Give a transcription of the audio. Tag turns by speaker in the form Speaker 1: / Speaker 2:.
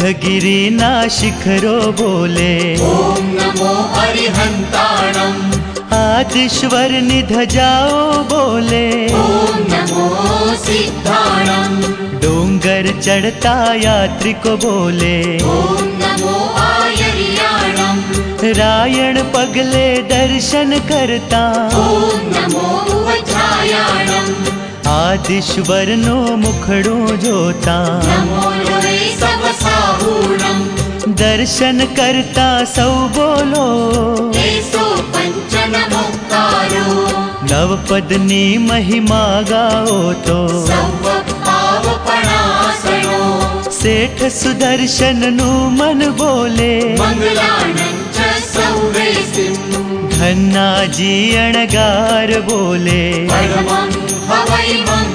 Speaker 1: सिद्धगिरिना शिखरो बोले
Speaker 2: ॐ नमो अरिहन्ताणम्
Speaker 1: आदिश्वर निध जाओ बोले
Speaker 2: ॐ नमो सिद्धाणम्
Speaker 1: डोंगर चढ़ता यात्री को बोले
Speaker 2: ॐ नमो आयर्याणम्
Speaker 1: रायण पगले दर्शन करता
Speaker 2: ॐ नमो वज्रायाणम्
Speaker 1: आदिश्वर नो मुखड़ो जोता
Speaker 2: नमो लोरे सवसाहूणम्
Speaker 1: दर्शन करता सौ बोलो
Speaker 2: केशो पञ्चनमुक्तारो
Speaker 1: नवपदनी महिमा गाओ तो
Speaker 2: सवपावपणासनो
Speaker 1: सेठ सुदर्शन नु मन बोले
Speaker 2: मङ्गलानं च सौवेसिम्
Speaker 1: खन्ना जी अणगार बोले
Speaker 2: परमं हवैमं